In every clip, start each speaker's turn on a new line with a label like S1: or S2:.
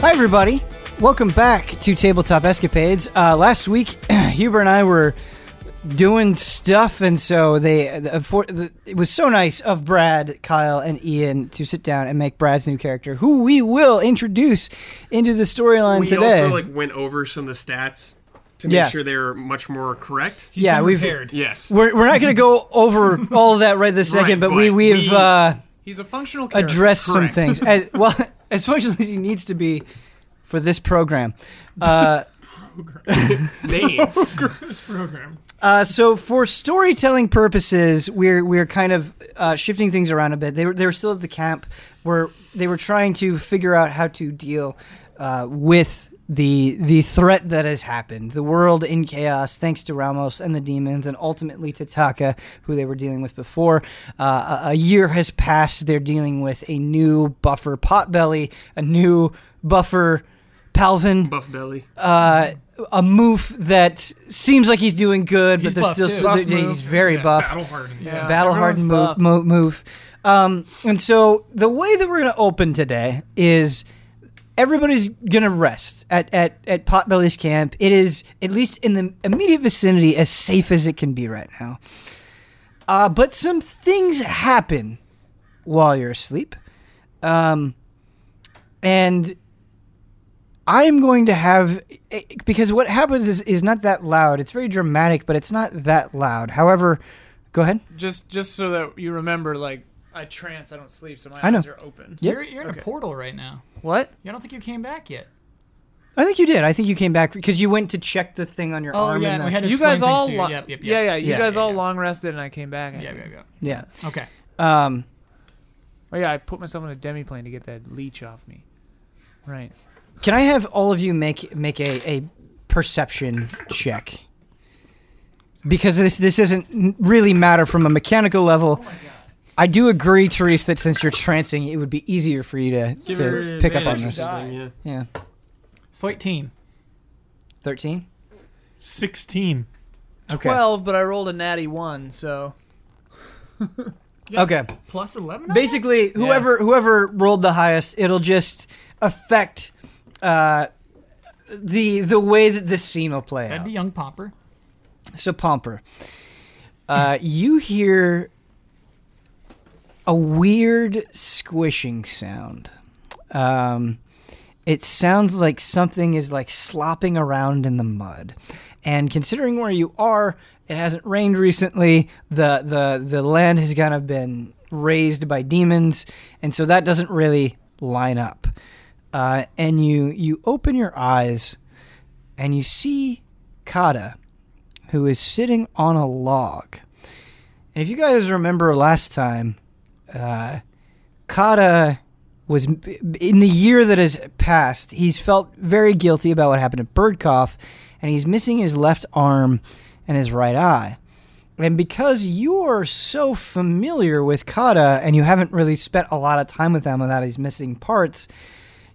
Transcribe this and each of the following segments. S1: Hi, everybody. Welcome back to Tabletop Escapades. Uh, last week, Huber and I were doing stuff, and so they the, for, the, it was so nice of Brad, Kyle, and Ian to sit down and make Brad's new character, who we will introduce into the storyline
S2: we
S1: today.
S2: also like went over some of the stats to make
S1: Yeah.
S2: sure they were much more correct.
S1: yeah, we've
S3: repaired.
S2: Yes.
S1: we're, we're not going to go over all of that right this
S2: Right,
S1: second, but
S2: but
S1: we we've
S3: we-
S1: uh,
S3: He's a functional character.
S1: addressed some
S2: Correct.
S1: things as well as much as he needs to be for this program. Uh,
S2: Name.
S3: this program.
S1: Uh, so for storytelling purposes, we're we're kind of uh, shifting things around a bit. They were they were still at the camp where they were trying to figure out how to deal uh, with the the threat that has happened. The world in chaos, thanks to Ramos and the demons, and ultimately to Taka, who they were dealing with before. Uh, a, a year has passed. They're dealing with a new buffer potbelly, a new buffer Palvin
S2: Buff belly.
S1: uh, a move that seems like he's doing good,
S3: He's
S1: but
S3: buff,
S1: they're
S3: too.
S1: still
S3: Buff
S1: they're-
S3: move.
S1: he's very buff,
S3: Battle hardened.
S2: Yeah.
S1: battle hardened
S4: Everyone's
S1: move, mo-
S4: buff.
S1: move. Um, and so the way that we're gonna open today is everybody's gonna rest at at at Potbelly's camp. It is at least in the immediate vicinity as safe as it can be right now. Uh, but some things happen while you're asleep. Um, and I'm going to have eh, because what happens is is not that loud. It's very dramatic, but it's not that loud. However, go ahead.
S4: Just just so that you remember, like I trance, I don't sleep, so my
S1: I know.
S4: eyes are open.
S1: Yep.
S5: You're, you're in
S4: Okay.
S5: a portal right now.
S4: What?
S5: I don't think you came back yet.
S1: I think you did. I think you came back because you went to check the thing on your
S5: Oh
S1: arm.
S5: yeah,
S1: and
S5: and
S1: the-
S5: we had to
S4: You
S5: explain
S4: guys
S5: things
S4: all
S5: to you.
S4: lo-
S5: Yep, yep, yep.
S4: yeah yeah you
S1: Yeah,
S4: guys
S5: yeah,
S4: all
S5: yeah.
S4: long rested and I came back. I
S5: yeah,
S4: think.
S5: yeah,
S1: yeah.
S5: yeah. Okay.
S1: Um,
S4: Oh yeah, I put myself on a demi plane to get that leech off me. Right.
S1: can I have all of you make make a, a perception check? Because this this doesn't really matter from a mechanical
S5: Oh
S1: level. I do agree, Therese, that since you're trancing, it would be easier for you to, to pick up on
S2: advantage
S1: this.
S2: or something, yeah.
S1: Yeah,
S5: Fourteen.
S1: thirteen.
S3: 16.
S1: Okay.
S4: Twelve, but I rolled a natty one, so
S1: Okay.
S5: Plus eleven.
S1: basically whoever whoever rolled the highest it'll just affect uh the the way that this scene will play
S5: That'd
S1: out
S5: be young Pomper.
S1: so pomper uh you hear a weird squishing sound um it sounds like something is like slopping around in the mud and considering where you are it hasn't rained recently the the the land has kind of been raised by demons and so that doesn't really line up uh, and you you open your eyes and you see kata who is sitting on a log and if you guys remember last time uh, kata was in the year that has passed, he's felt very guilty about what happened to Birdcough, and he's missing his left arm and his right eye. And because you're so familiar with Kata and you haven't really spent a lot of time with him without his missing parts,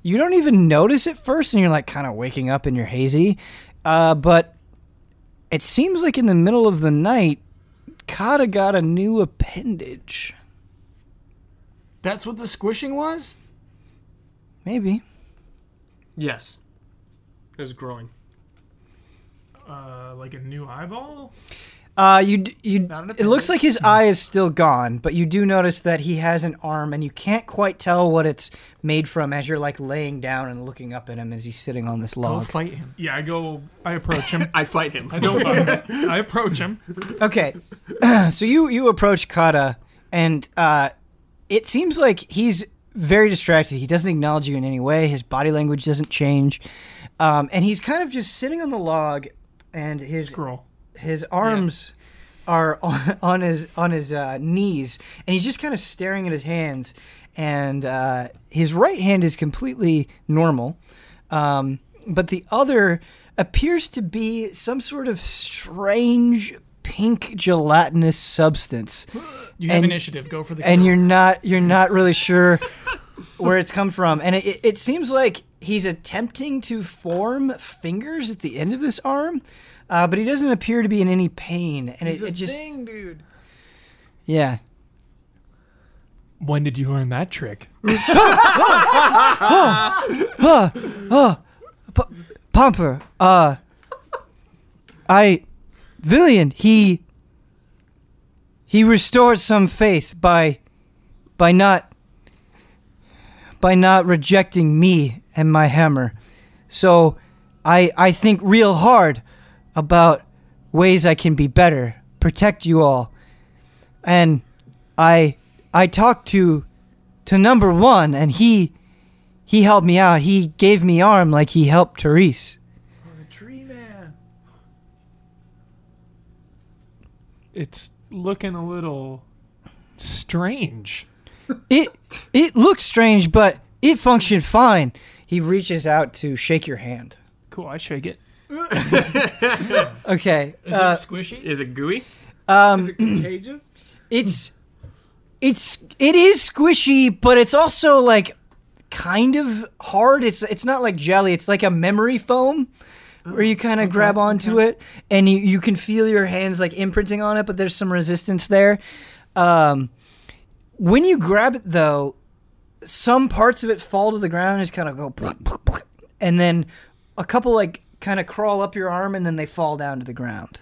S1: you don't even notice at first, and you're like kind of waking up and you're hazy. Uh, but it seems like in the middle of the night, Kata got a new appendage.
S5: That's what the squishing was.
S1: Maybe.
S2: Yes. It was growing.
S3: Uh, like a new eyeball?
S1: Uh, you d- you.
S4: Not an
S1: It looks
S4: appendage.
S1: like his eye is still gone, but you do notice that he has an arm, and you can't quite tell what it's made from as you're like laying down and looking up at him as he's sitting on this
S5: Go
S1: log.
S5: fight him.
S3: Yeah, I go. I approach him.
S2: I fight him.
S3: I don't fight him. I approach him.
S1: Okay, so you you approach Kata, and uh, it seems like he's very distracted. He doesn't acknowledge you in any way. His body language doesn't change, um, and he's kind of just sitting on the log, and his
S3: Scroll.
S1: his arms are on, on his on his uh, knees, and he's just kind of staring at his hands. And uh, his right hand is completely normal, um, but the other appears to be some sort of strange pink gelatinous substance,
S5: You have
S1: And-
S5: initiative. Go for the.
S1: and you're not you're not really sure where it's come from. And it, it seems like he's attempting to form fingers at the end of this arm. Uh, but he doesn't appear to be in any pain, and it, it just
S4: dude.
S1: yeah.
S6: When did you learn that trick?
S1: Pomper, uh, I, Villian, he, he restored some faith by, by not, by not rejecting me and my hammer. So, I, I think real hard about ways I can be better, protect you all, and I, I talked to, to number one, and he, he helped me out. He gave me arm like he helped Therese.
S4: The tree man.
S6: It's looking a little strange.
S1: It it looks strange, but it functioned fine. He reaches out to shake your hand.
S6: Cool, I shake it.
S1: Okay.
S5: Is
S1: uh,
S5: it squishy?
S2: Is it gooey?
S1: um,
S3: it contagious?
S1: it's it's it is squishy, but it's also like kind of hard. It's it's not like jelly. It's like a memory foam where you kind of grab onto it and you, you can feel your hands like imprinting on it, but there's some resistance there. Um, when you grab it though, some parts of it fall to the ground and just kind of go and then a couple like kind of crawl up your arm and then they fall down to the ground.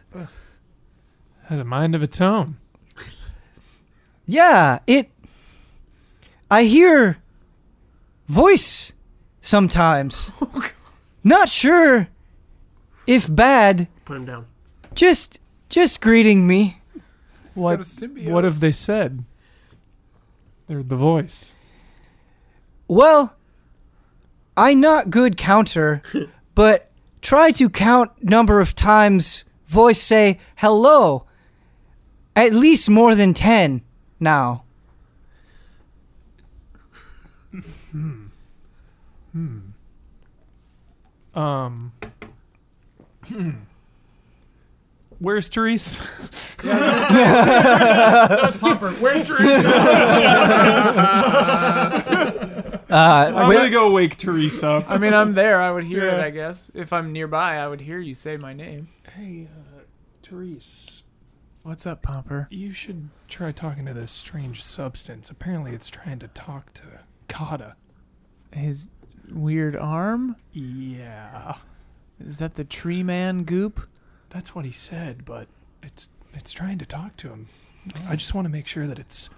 S6: Has a mind of its own.
S1: Yeah, it. I hear voice sometimes. Not sure if bad,
S2: Put him down.
S1: just just greeting me.
S6: What, what have they said? They're the voice.
S1: Well, I not good counter, but try to count number of times voice say hello. At least more than 10 now.
S6: Um. Where's Therese?
S5: Pomper, where's Teresa?
S1: Uh,
S6: I'm
S1: wait-
S6: gonna go wake Therese up.
S4: I mean, I'm there. I would hear it,
S6: Yeah.
S4: I guess. If I'm nearby, I would hear you say my name.
S6: Hey, uh, Therese,
S4: What's up, Pomper?
S6: you should try talking to this strange substance. Apparently, it's trying to talk to Kata.
S4: His weird arm?
S6: Yeah,
S4: Is that the tree man goop?
S6: that's what he said, but it's it's trying to talk to him. I just want to make sure that it's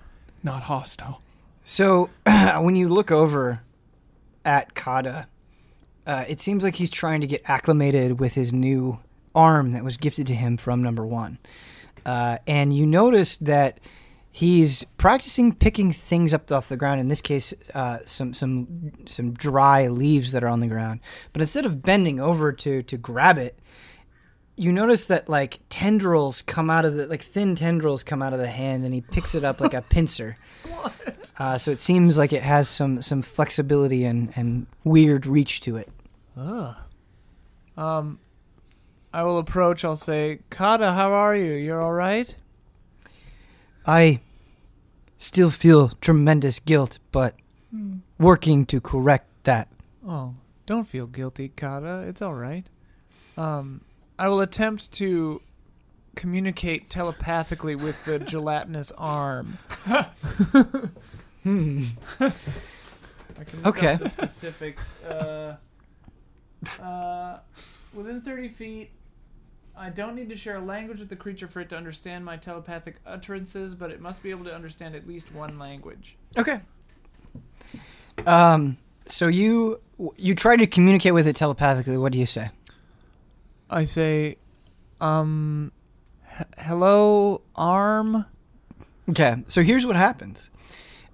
S6: not hostile.
S1: So when you look over at Kada, uh, it seems like he's trying to get acclimated with his new arm that was gifted to him from number one. Uh, and you notice that he's practicing picking things up off the ground. In this case, uh, some some some dry leaves that are on the ground. But instead of bending over to to grab it, you notice that like tendrils come out of the like thin tendrils come out of the hand, and he picks it up like a pincer. Uh, so it seems like it has some some flexibility and, and weird reach to it.
S4: Ugh. Um, I will approach. I'll say, Kata, how are you? You're all right?
S1: I still feel tremendous guilt, but working to correct that.
S4: Oh, don't feel guilty, Kata. It's all right. Um, I will attempt to communicate telepathically with the gelatinous arm. I can look
S1: Okay.
S4: up the specifics. Uh, uh, within 30 feet, I don't need to share a language with the creature for it to understand my telepathic utterances, but it must be able to understand at least one language.
S1: Okay. Um. So you you try to communicate with it telepathically. What do you say?
S4: I say, um, h- hello, arm.
S1: Okay, so here's what happens.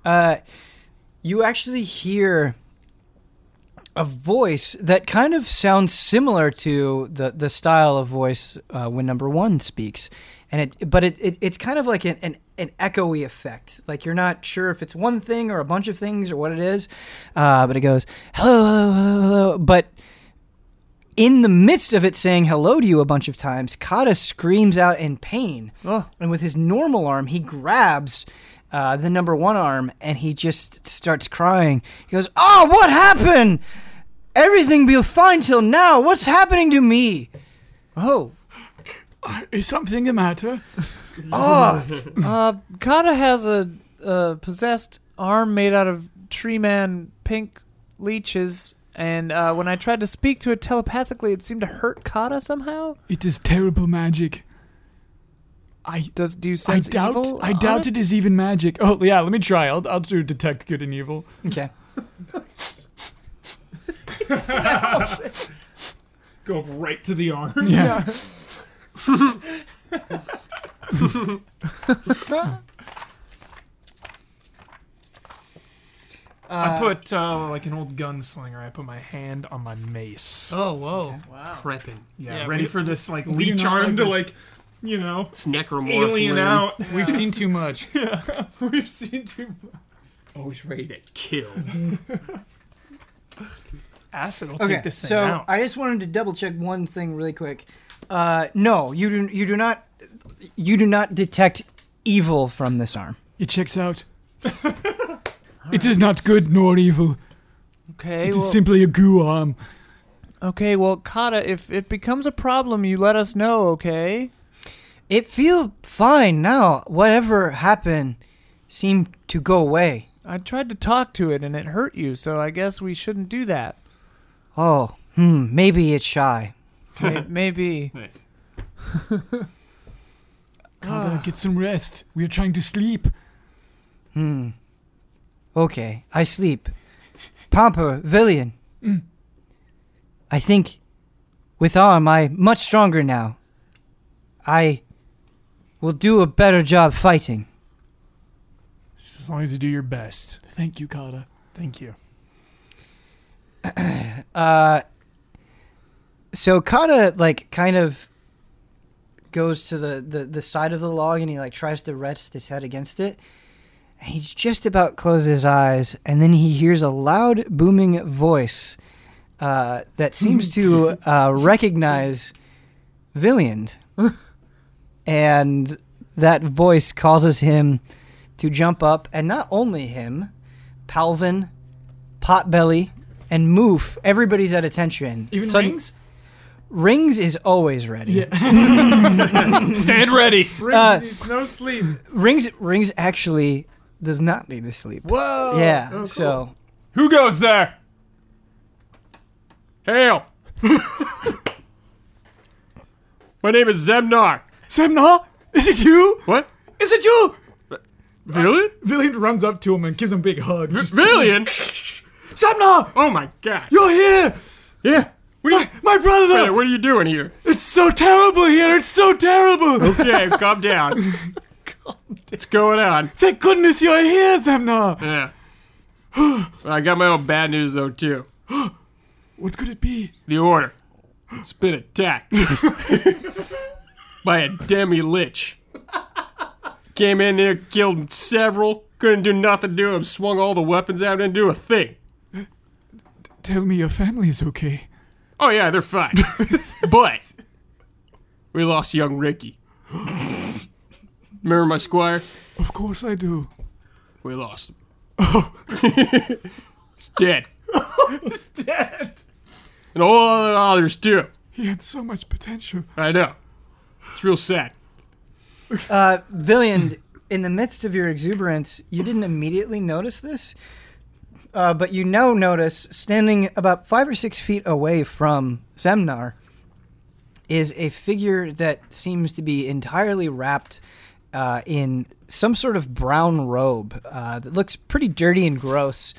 S1: Uh, you actually hear a voice that kind of sounds similar to the, the style of voice uh, when number one speaks, and it but it, it it's kind of like an, an an echoey effect. Like you're not sure if it's one thing or a bunch of things or what it is, uh, but it goes hello, hello, hello, hello. But in the midst of it saying hello to you a bunch of times, Kata screams out in pain
S4: Oh,
S1: and with his normal arm, he grabs uh, the number one arm and he just starts crying. He goes, "Oh, what happened? Everything be fine till now. What's happening to me?
S4: oh.
S1: Ah.
S5: Is something the matter?
S4: Uh, Kata has a uh, possessed arm made out of tree man pink leeches, and uh, when I tried to speak to it telepathically, it seemed to hurt Kata somehow.
S5: It is terrible magic. I
S4: Does do you
S5: I
S4: sense
S5: doubt
S4: evil
S5: I
S4: on
S5: doubt
S4: it?
S5: it is even magic. Oh yeah, let me try. I'll I'll do detect good and evil.
S1: Okay.
S3: Go right to the arm.
S5: Yeah.
S3: I put uh, like an old gunslinger. I put my hand on my mace.
S5: oh whoa.
S4: Wow.
S2: Prepping.
S3: Yeah,
S5: Yeah,
S3: ready
S5: we-
S3: for this like
S5: we do
S3: leech
S5: not
S3: arm
S5: like
S3: to
S5: this.
S3: like, you know,
S2: It's necromorph.
S3: alien
S2: limb.
S3: out.
S5: We've seen too much.
S3: We've seen too much.
S5: Always ready to
S2: Kill.
S3: Acid will
S1: Okay.
S3: take this thing
S1: so
S3: out.
S1: I just wanted to double check one thing really quick. Uh, no, you do. You do not. You do not detect evil from this arm.
S5: It checks out. it is not good nor evil.
S4: Okay.
S5: It is
S4: well,
S5: simply a goo arm.
S4: okay. Well, Kata, if it becomes a problem, you let us know. Okay.
S1: It feel fine now. Whatever happened seemed to go away.
S4: I tried to talk to it and it hurt you, so I guess we shouldn't do that.
S1: Oh, hmm. Maybe it's shy.
S4: May- Maybe.
S2: Nice.
S5: Kata, get some rest. We are trying to sleep.
S1: Hmm. Okay, I sleep. Pomper, Villian. I think with arm I'm much stronger now. I will do a better job fighting.
S3: Just as long as you do your best.
S5: Thank you, Kata.
S3: Thank you.
S1: Uh so Kata like kind of goes to the, the, the side of the log and he like tries to rest his head against it. And he's just about closes his eyes and then he hears a loud booming voice uh, that seems to uh, recognize Villiand. and that voice causes him to jump up and not only him, Palvin, Potbelly, and Moof, everybody's at attention.
S5: Even
S1: Sudden-
S5: rings?
S1: Rings is always ready.
S5: Stand ready.
S1: Uh,
S3: It's no sleep.
S1: Rings Rings actually does not need to sleep.
S5: Whoa.
S1: yeah.
S5: Oh, cool.
S1: So
S3: Who goes there? Hail!
S2: My name is Zemnar.
S5: Semna, is it you?
S2: What?
S5: Is it you?
S2: Villain?
S5: Villian runs up to him and gives him a big hug. Just,
S2: Villain?
S5: Semna,
S2: Oh my god.
S5: you're here.
S2: Yeah. What are you,
S5: My, my brother.
S2: Hey, what are you doing here?
S5: It's so terrible here. It's so terrible.
S2: Okay, calm down. What's going on?
S5: Thank goodness you're here, Zemna.
S2: Yeah. I got my own bad news though too.
S5: What could it be?
S2: The order. It's been attacked by a demi lich. Came in there, killed several, couldn't do nothing to him, swung all the weapons out, didn't do a thing.
S5: Tell me your family is okay.
S2: Oh yeah, they're fine. but we lost young Ricky. Remember my squire?
S5: Of course I do.
S2: We lost him. He's dead.
S5: He's dead.
S2: And all the others too.
S5: He had so much potential.
S2: I know. It's real sad.
S1: uh, Villiand, in the midst of your exuberance, you didn't immediately notice this, uh, but you now notice standing about five or six feet away from Zemnar is a figure that seems to be entirely wrapped. Uh, in some sort of brown robe uh, that looks pretty dirty and gross.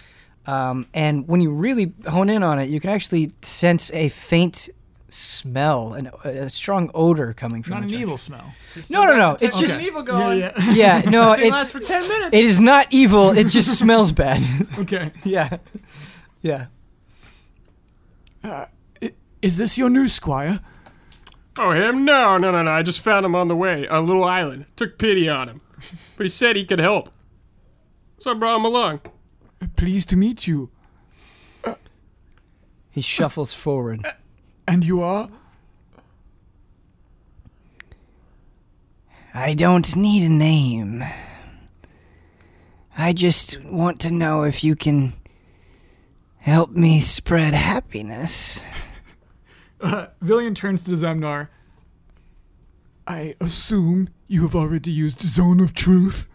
S1: Um, and when you really hone in on it, you can actually sense a faint smell and a strong odor coming from
S5: Not
S1: the
S5: an
S1: direction.
S5: evil smell.
S1: No, no, no. It's
S4: There's
S1: just
S4: evil going.
S5: yeah.
S1: yeah. No,
S4: It lasts
S1: it's
S4: for ten minutes.
S1: it is not evil. It just smells bad.
S5: okay.
S1: yeah, yeah.
S5: Uh, i- is this your new squire?
S2: Oh, him? No, no, no, no. I just found him on the way, on a little island. Took pity on him. But he said he could help. So I brought him along.
S5: Uh, Pleased to meet you.
S1: He shuffles forward.
S5: And you are?
S1: I don't need a name. I just want to know if you can help me spread happiness.
S5: Uh, Villian turns to Zemnar. I assume you have already used Zone of Truth.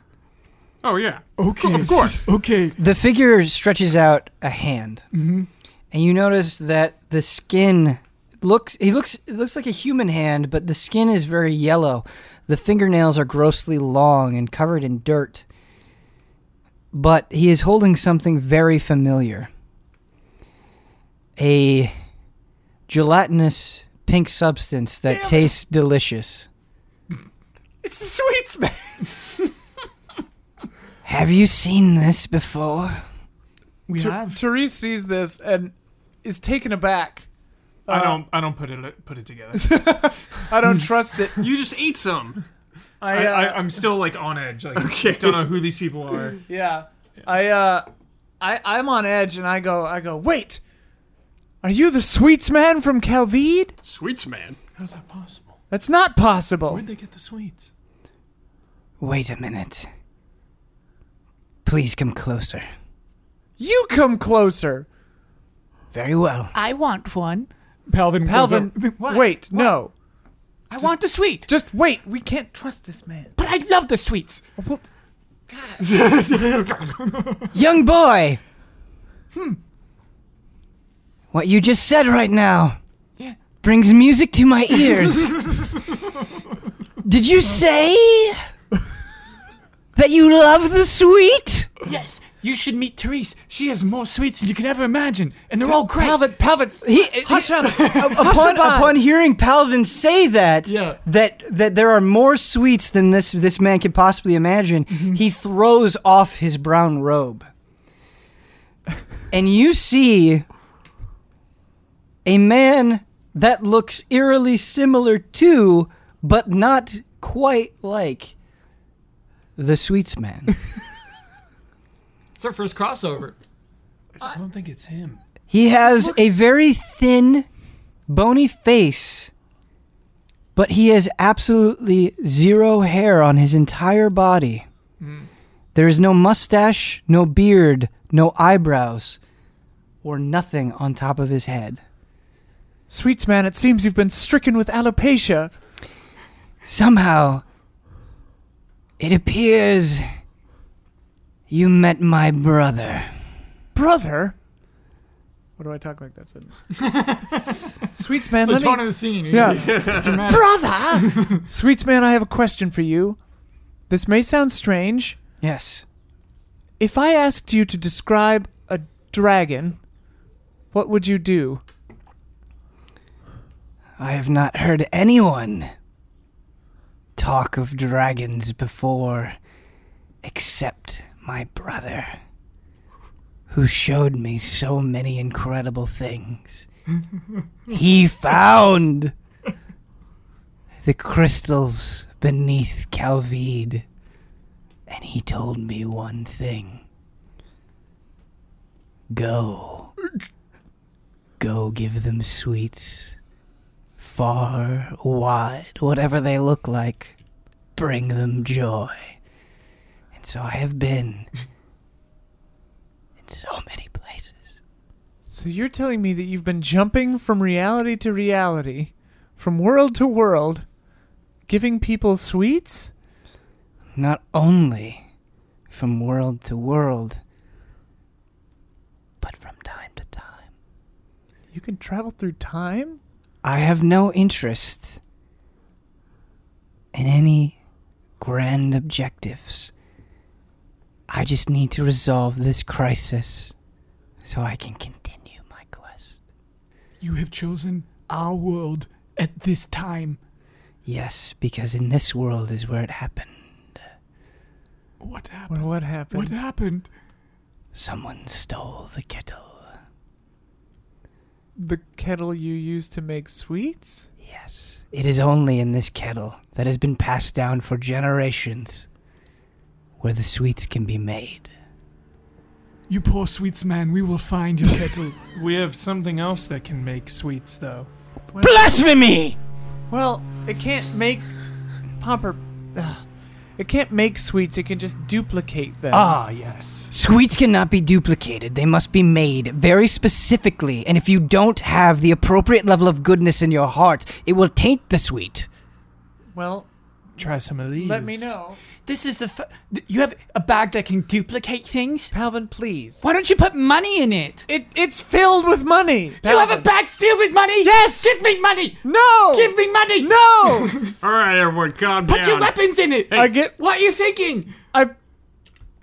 S2: Oh yeah.
S5: Okay.
S2: Of course.
S5: Okay.
S1: The figure stretches out a hand,
S5: Mm-hmm.
S1: and you notice that the skin looks. He looks. It looks like a human hand, but the skin is very yellow. The fingernails are grossly long and covered in dirt. But he is holding something very familiar. A gelatinous pink substance that tastes delicious.
S5: It's the sweets, man.
S1: Have you seen this before?
S5: We
S4: Ter-
S5: have.
S4: Therese sees this and is taken aback.
S3: I
S4: Uh,
S3: don't. I don't put it put it together.
S4: I don't trust it.
S2: You just ate some.
S3: I,
S4: I, uh,
S3: I, I'm still like on edge. Like don't know who these people are.
S4: yeah. I uh, I I'm on edge, and I go, I go. Wait, are you the sweets man from Calvide?
S2: Sweets man.
S6: How's that possible?
S4: That's not possible.
S6: Where'd they get the sweets?
S1: Wait a minute. Please come closer.
S4: You come closer.
S1: Very well.
S4: I want one.
S6: Palvin.
S4: Palvin, wait, no.
S6: I want the sweet.
S4: Just wait. We can't trust this man.
S6: But I love the sweets.
S1: Young boy! What you just said right now brings music to my ears. Did you say that you love the sweet?
S6: Yes, you should meet Therese. She has more sweets than you could ever imagine, and they're all great.
S4: Palvin, Palvin.
S1: He, Hush up. upon,
S4: up.
S1: upon hearing Palvin say that,
S6: Yeah.
S1: that that there are more sweets than this this man could possibly imagine, he throws off his brown robe. and you see a man that looks eerily similar to, but not quite like the sweets man.
S7: It's our first crossover.
S6: I don't think it's him.
S1: He has a very thin, bony face, but he has absolutely zero hair on his entire body. There is no mustache, no beard, no eyebrows, or nothing on top of his head.
S4: Sweets man, it seems you've been stricken with alopecia.
S1: Somehow, it appears you met my brother.
S4: Brother. What do I talk like that suddenly? Sweets man,
S7: the
S4: let
S7: tone
S4: me.
S7: of the scene.
S4: yeah. Brother. Sweets man, I have a question for you. This may sound strange.
S1: Yes.
S4: If I asked you to describe a dragon, what would you do?
S1: I have not heard anyone talk of dragons before, except my brother, who showed me so many incredible things. he found the crystals beneath Calvide, and he told me one thing go. Go give them sweets far, wide, whatever they look like, bring them joy. And so I have been in so many places.
S4: So you're telling me that you've been jumping from reality to reality, from world to world, giving people sweets?
S1: Not only from world to world, but from time to time.
S4: You can travel through time?
S1: I have no interest in any grand objectives. I just need to resolve this crisis so I can continue my quest.
S5: You have chosen our world at this time.
S1: Yes, because in this world is where it happened.
S5: What happened?
S4: Well, what
S5: What
S4: happened?
S5: happened?
S1: Someone stole the kettle.
S4: the kettle you used to make sweets?
S1: Yes. It is only in this kettle that has been passed down for generations where the sweets can be made.
S5: You poor sweets man, we will find your kettle.
S3: We have something else that can make sweets though.
S1: Blasphemy!
S4: Well, it can't make. Pomper. Ugh. It can't make sweets, it can just duplicate them.
S3: Ah yes.
S1: Sweets cannot be duplicated. They must be made very specifically, and if you don't have the appropriate level of goodness in your heart, it will taint the sweet.
S4: Well,
S3: Try some of these.
S4: let me know.
S5: This is the. F- th- you have a bag that can duplicate things?
S4: Palvin, please.
S5: Why don't you put money in it?
S4: It it's filled with money.
S5: You have a bag filled with money? Yes! Give me money!
S4: No.
S5: Give me money! No!
S2: All right, everyone, calm
S5: Put
S2: down.
S5: your weapons in it!
S4: I get.
S5: What are you thinking?
S4: I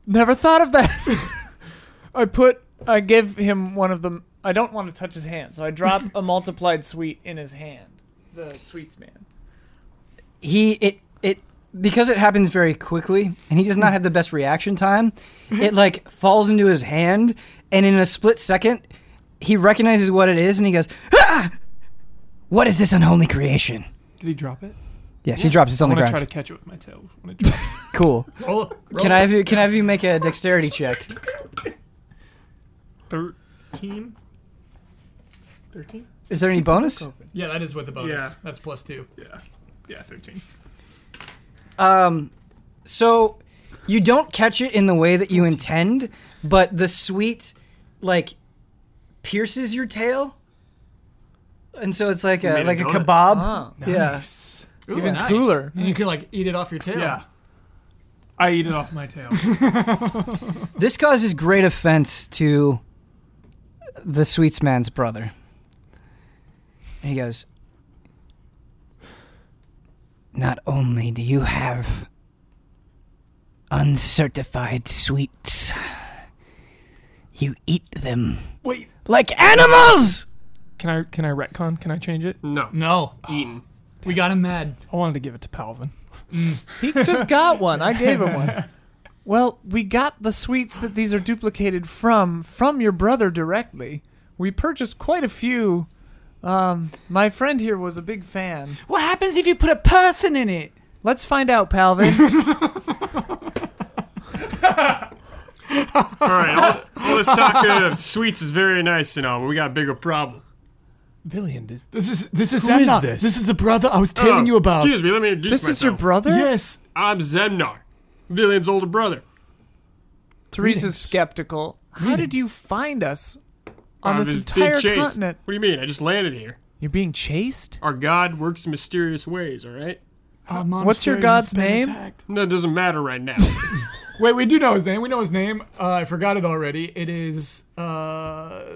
S4: never thought of that. I put. I give him one of them. I don't want to touch his hand, so I drop a multiplied sweet in his hand. The sweets man.
S1: he it it because it happens very quickly and he does not have the best reaction time it like falls into his hand and in a split second he recognizes what it is and he goes ah! what is this unholy creation
S6: Did he drop it?
S1: yes he drops it on
S6: I'm
S1: the
S6: gonna
S1: ground
S6: try to catch it with my tail when it drops.
S1: cool
S7: Roll, roll.
S1: can i have you can i have you make a dexterity check
S3: Thirteen. Thirteen.
S1: is there any bonus
S7: Yeah, that is with the bonus.
S3: Yeah.
S7: That's plus two.
S3: Yeah. Yeah, thirteen.
S1: um so you don't catch it in the way that you intend but the sweet like pierces your tail and so it's like a
S2: a
S1: like a
S2: donut.
S1: kebab
S4: Oh.
S1: Yeah.
S7: Ooh,
S4: Even
S7: nice.
S4: cooler.
S7: And you could like eat it off your tail.
S6: Yeah. I eat it off my tail.
S1: This causes great offense to the sweets man's brother. And he goes, Not only do you have uncertified sweets, you eat them.
S6: Wait.
S1: Like animals!
S6: Can I can I retcon? Can I change it?
S2: No,
S7: No,
S2: eaten.
S7: we got him mad.
S6: I wanted to give it to Palvin.
S4: He just got one. I gave him one. Well, we got the sweets that these are duplicated from from your brother directly. We purchased quite a few. Um, my friend here was a big fan.
S5: What happens if you put a person in it?
S4: Let's find out, Palvin.
S2: All right, all, all this talk of sweets is very nice and all, but we got a bigger problem.
S6: Billion is
S5: This is this is
S6: Who is
S5: Zemna.
S6: this?
S5: is the brother I was telling
S2: Oh,
S5: you about.
S2: Excuse me, let me introduce
S4: this
S2: myself.
S4: is your brother.
S6: Yes.
S2: I'm Zemnar, Villian's older brother.
S4: Teresa's skeptical. How did you find us on
S2: I'm
S4: this
S2: just Um, being
S4: entire
S2: chased.
S4: continent?
S2: What do you mean? I just landed here.
S4: You're being chased.
S2: Our God works in mysterious ways, all right?
S5: Our mom's
S4: What's your
S5: stereo
S4: god's
S5: has been
S4: name?
S5: attacked.
S2: No, it doesn't matter right now.
S5: Wait, we do know his name.
S6: We know his name. Uh, I forgot it already. It is uh,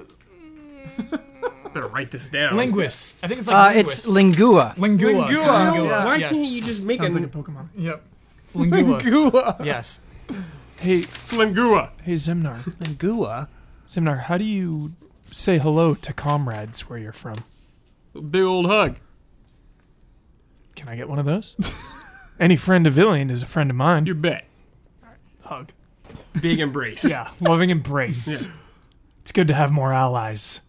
S2: Better write this down.
S6: linguist.
S7: I think it's
S1: Uh,
S7: like
S1: it's
S7: linguist.
S1: Lingua.
S6: Lingua.
S4: Lingua.
S6: Lingua.
S2: Why
S7: Yes.
S2: can't you just make
S6: Sounds
S2: a,
S6: like a Pokemon.
S7: yep.
S6: It's Lingua.
S4: Gua.
S7: Yes.
S6: Hey,
S2: It's Lingua.
S6: hey, Zemnar.
S4: Gua.
S6: Zemnar, how do you say hello to comrades where you're from?
S2: Big old hug.
S6: Can I get one of those? Any friend of Villian is a friend of mine.
S2: You bet.
S6: hug.
S2: Big embrace.
S6: Yeah, loving embrace.
S2: Yeah.
S6: It's good to have more allies.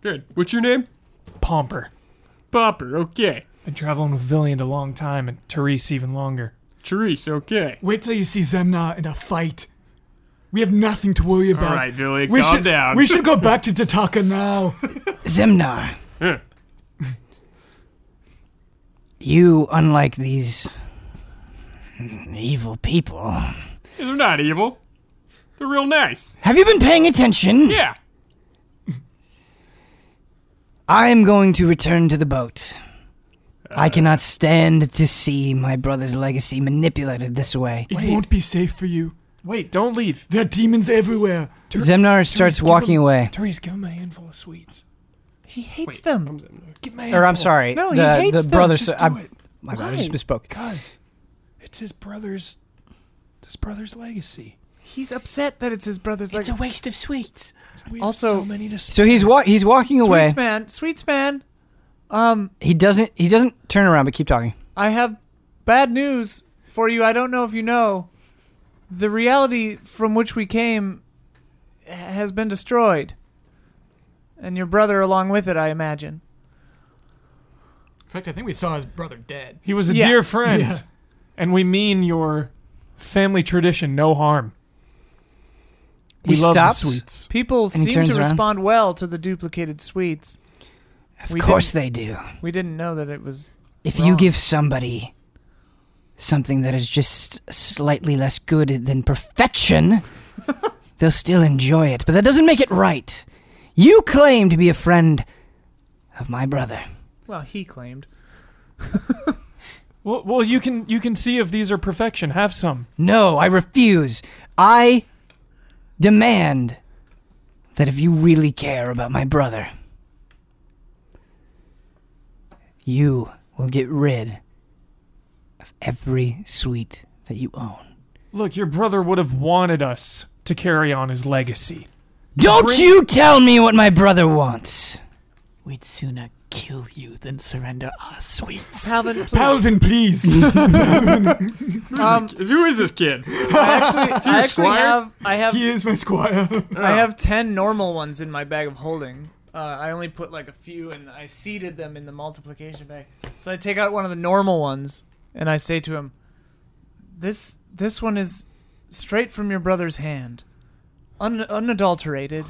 S2: Good. What's your name?
S6: Pomper.
S2: Popper. Okay.
S6: Been traveling with Villian a long time, and Therese even longer.
S2: Therese. Okay.
S5: Wait till you see Zemna in a fight. We have nothing to worry about.
S2: All right, Villy,
S5: we
S2: calm
S5: should,
S2: down.
S5: We should go back to Tataka now.
S1: Zemnar.
S2: Huh.
S1: You, unlike these evil people,
S2: They're not evil. They're real nice.
S1: have you been paying attention?
S2: Yeah.
S1: I'm going to return to the boat. I cannot stand to see my brother's legacy manipulated this way.
S5: It won't be safe for you.
S6: Wait, don't leave.
S5: There are demons everywhere.
S1: Zemnar starts
S6: give
S1: walking
S6: him-
S1: away.
S6: Therese, give him a handful of sweets.
S4: He hates them.
S6: Give him a handful.
S1: Or I'm sorry,
S4: No, he
S1: the
S4: hates
S1: the
S4: them.
S1: brother.
S6: Just
S1: sa-
S6: do
S1: I'm-
S6: it.
S1: my bad, I just
S4: Why?
S1: bespoke.
S6: Cause it's his brother's, it's his brother's legacy.
S4: He's upset that it's his brother's.
S5: It's
S4: Like,
S5: a waste of sweets.
S6: We have
S4: Also-
S6: so many to sp-
S1: So he's wa- he's walking away.
S4: sweets man. Sweets man. Um,
S1: He doesn't he doesn't turn around, but keep talking.
S4: I have bad news for you. I don't know if you know. The reality from which we came h- has been destroyed. And your brother along with it, I imagine.
S7: In fact, I think we saw his brother dead.
S6: He was a
S4: Yeah.
S6: dear friend,
S5: Yeah.
S6: and we mean your family tradition no harm. We
S1: he
S6: love
S1: stops.
S6: the sweets.
S4: People
S1: And he
S4: seem to
S1: turns around.
S4: respond well to the duplicated sweets.
S1: Of
S4: We
S1: course they do.
S4: We didn't know that it was.
S1: If
S4: Wrong.
S1: you give somebody something that is just slightly less good than perfection, they'll still enjoy it. But that doesn't make it right. You claim to be a friend of my brother.
S4: Well, he claimed.
S6: Well, well, you can you can see if these are perfection. Have some.
S1: No, I refuse. I demand that if you really care about my brother, you will get rid of every sweet that you own.
S6: Look, your brother would have wanted us to carry on his legacy.
S1: Don't you tell me what my brother wants.
S8: We'd sooner kill you than surrender our sweets.
S4: Palvin, please.
S5: Palvin, please.
S4: Um,
S2: Is- Who is this kid?
S4: I actually, I actually
S2: squire? Oh.
S4: have I have
S5: he is my squire.
S4: I have ten normal ones in my bag of holding. Uh, I only put like a few, and I seeded them in the multiplication bag. So I take out one of the normal ones, and I say to him, "This this one is straight from your brother's hand, un- unadulterated."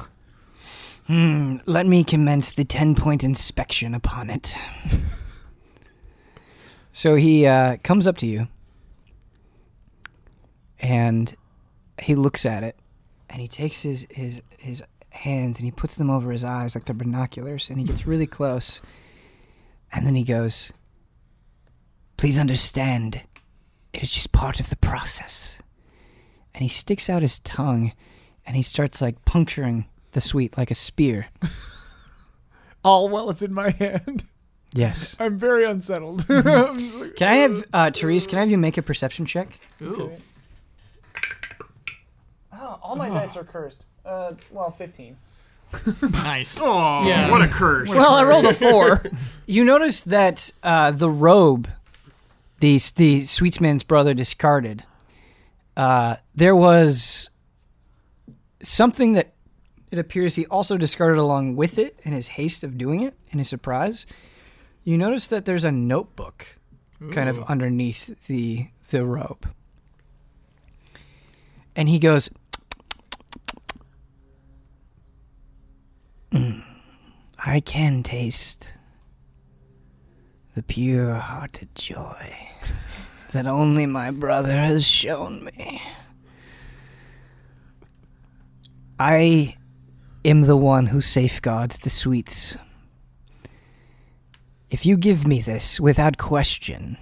S1: Hmm, let me commence the 10 point inspection upon it. so he uh, comes up to you and he looks at it and he takes his, his, his hands and he puts them over his eyes like they're binoculars and he gets really close and then he goes, Please understand, it is just part of the process. And he sticks out his tongue and he starts like puncturing the sweet like a spear.
S8: All while it's in my hand.
S1: Yes.
S8: I'm very unsettled.
S1: Can I have uh Therese, can I have you make a perception check?
S7: Ooh.
S4: Oh, all my dice are cursed. Uh, well, fifteen.
S7: Nice.
S2: Oh, what a curse.
S4: Well, I rolled a four.
S1: You notice that uh the robe the the sweetsman's brother discarded. Uh there was something that it appears he also discarded along with it in his haste of doing it, in his surprise. You notice that there's a notebook kind of underneath the the robe. And he goes, "Mm, I can taste the pure hearted joy that only my brother has shown me. I am the one who safeguards the sweets. If you give me this without question,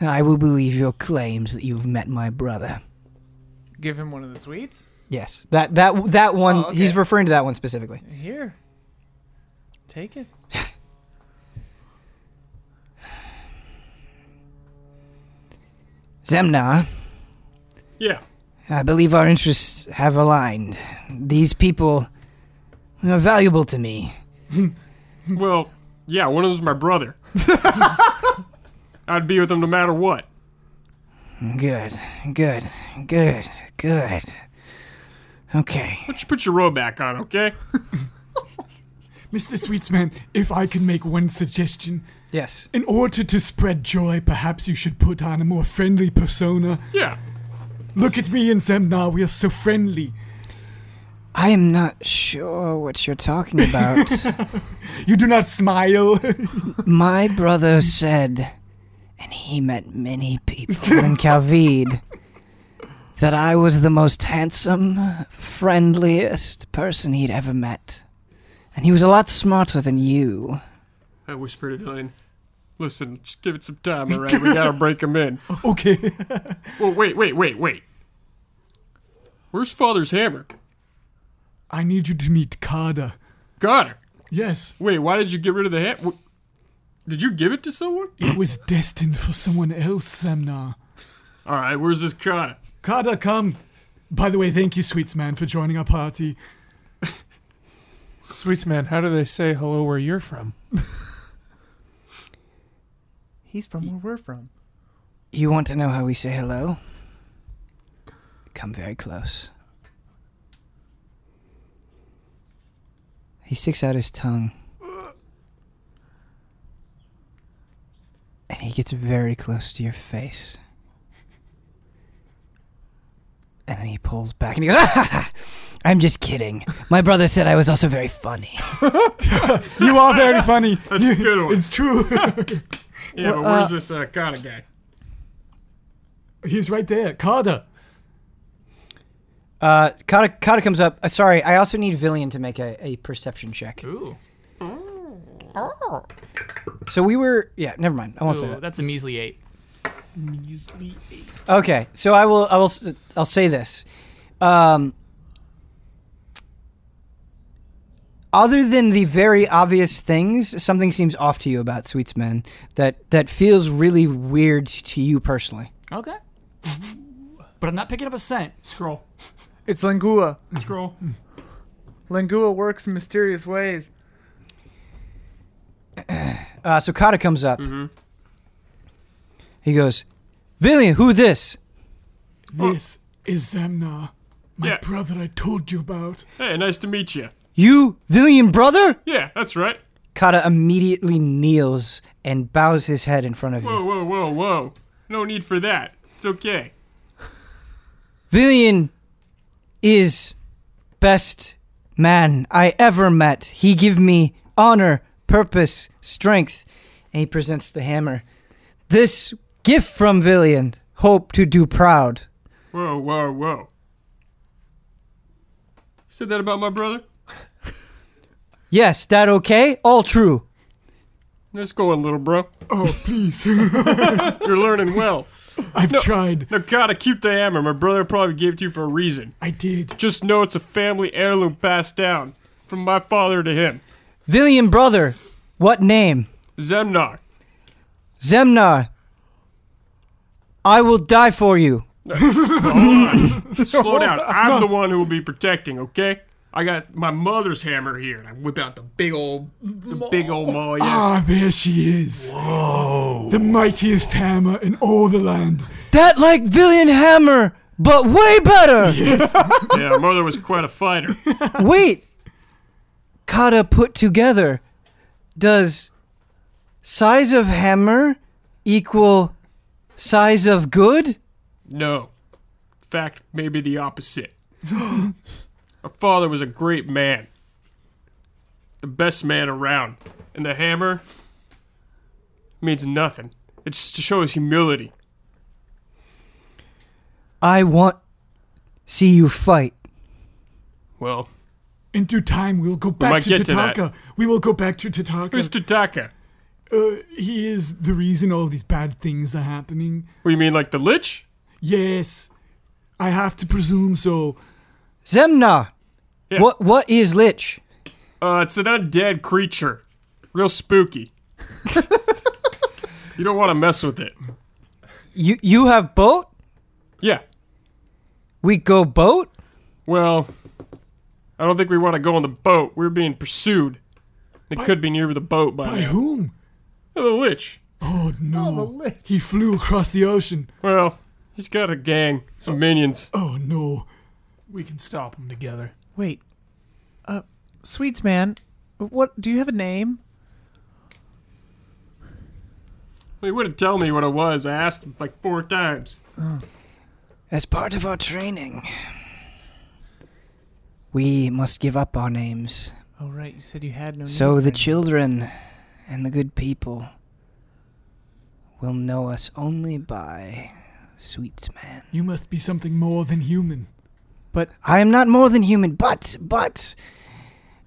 S1: I will believe your claims that you've met my brother.
S4: Give him one of the sweets.
S1: Yes, that that that one.
S4: Oh, okay.
S1: He's referring to that one specifically.
S4: Here, take it.
S1: Zemna,
S2: Yeah.
S1: I believe our interests have aligned. These people are valuable to me.
S2: Well, yeah, one of them's my brother. I'd be with him no matter what.
S1: Good, good, good, good. Okay.
S2: Why don't you put your robe back on, okay?
S5: Mr. Sweetsman, if I can make one suggestion.
S1: Yes.
S5: In order to spread joy, perhaps you should put on a more friendly persona.
S2: Yeah.
S5: Look at me and Zemna, we are so friendly.
S1: I am not sure what you're talking about.
S5: You do not smile.
S1: My brother said, and he met many people in Calvide, that I was the most handsome, friendliest person he'd ever met. And he was a lot smarter than you.
S2: I whispered to Elaine, listen, just give it some time, all right? We gotta break him in.
S5: okay.
S2: Well, wait, wait, wait, wait. Where's father's hammer?
S5: I need you to meet Kada.
S2: Got her.
S5: Yes,
S2: Wait, why did you get rid of the hammer? Did you give it to someone?
S5: it was destined for someone else, Zemna.
S2: All right, where's this Kana?
S5: Kada, come. By the way, thank you, Sweetsman, for joining our party.
S6: Sweets man, how do they say hello where you're from?
S4: He's from where we're from.
S1: You want to know how we say hello? Come very close. He sticks out his tongue. And he gets very close to your face. And then he pulls back and he goes, I'm just kidding. My brother said I was also very funny.
S5: You are very funny.
S2: That's a good one.
S5: It's true.
S2: Yeah, but where's this uh, Kana guy?
S5: He's right there. Kada.
S1: Uh, Kata, Kata comes up. Uh, sorry, I also need Villian to make a, a perception check.
S7: Ooh.
S1: So we were, yeah. Never mind. I won't say
S9: Ooh,
S1: that.
S9: that's a measly eight.
S3: Measly eight.
S1: Okay, so I will. I will. s- I'll say this. Um, other than the very obvious things, something seems off to you about Sweetsman that that feels really weird to you personally.
S9: Okay. But I'm not picking up a cent.
S3: Scroll.
S4: It's Langua.
S3: Scroll.
S4: Langua works in mysterious ways.
S1: Uh, so Kata comes up. He goes, "Villian, who this?"
S5: This is Zamna, my
S2: Yeah.
S5: brother I told you about.
S2: Hey, nice to meet you.
S1: You, Villian, brother?
S2: Yeah, that's right.
S1: Kata immediately kneels and bows his head in front of you.
S2: Whoa, whoa, whoa, whoa. No need for that. It's okay.
S1: Villian is best man I ever met. He give me honor, purpose, strength, and he presents the hammer. This gift from Villian, hope to do proud.
S2: Whoa, whoa, whoa. Said that about my brother?
S1: Yes, that okay? All true.
S2: Nice going, little bro.
S5: Oh, please.
S2: You're learning well.
S5: I've tried.
S2: Now, gotta keep the hammer. My brother probably gave it to you for a reason.
S5: I did.
S2: Just know it's a family heirloom passed down from my father to him.
S1: Villian brother, what name?
S2: Zemnar.
S1: Zemnar. I will die for you.
S2: Slow down. I'm the one who will be protecting, okay? I got my mother's hammer here, and I whip out the big old, the big old maul. Yes.
S5: Ah, there she is. Whoa. The mightiest hammer in all the land.
S1: That like Villian hammer, but way better.
S2: Yeah, my mother was quite a fighter.
S1: Wait! Kata put together. Does size of hammer equal size of good?
S2: No, In fact, maybe the opposite. my father was a great man, the best man around, and the hammer means nothing. It's to show his humility.
S1: I want see you fight.
S2: Well,
S5: In due time, we'll go back
S2: might
S5: to
S2: get to
S5: Tataka.
S2: that.
S5: we will go back to Tataka.
S2: who's Tataka?
S5: Uh, he is the reason all these bad things are happening.
S2: What, you mean like the lich?
S5: Yes, I have to presume so.
S1: Zemna!
S2: Yeah.
S1: What what is Lich?
S2: Uh, it's an undead creature. Real spooky. you don't want to mess with it.
S1: You you have boat?
S2: Yeah.
S1: We go boat?
S2: Well, I don't think we want to go on the boat. We're being pursued. It could be near the boat by,
S5: By
S2: now.
S5: whom?
S2: The lich.
S5: Oh no! he flew across the ocean.
S2: Well, he's got a gang, some minions.
S5: Oh no!
S3: We can stop them together.
S4: Wait. Uh, Sweets man, what do you have a name?
S2: Well, He wouldn't tell me what it was. I asked him like four times.
S1: As part of our training. We must give up our names.
S4: Oh right, you said you had no
S1: So
S4: name.
S1: the children and the good people will know us only by sweets man.
S5: You must be something more than human.
S1: I am not more than human, but but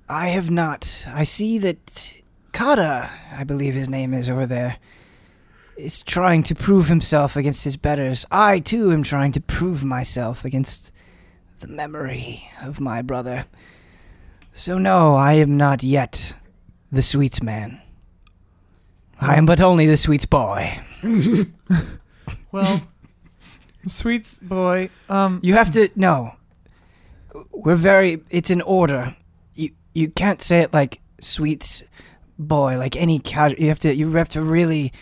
S1: I have not. I see that Kata, I believe his name is over there, is trying to prove himself against his betters. I too am trying to prove myself against the memory of my brother. So no, I am not yet the sweets man. I am but only the sweets boy.
S4: well, Sweets boy. Um,
S1: You have to no. We're very. It's an order. You you can't say it like sweets boy, like any casual. You have to you have to really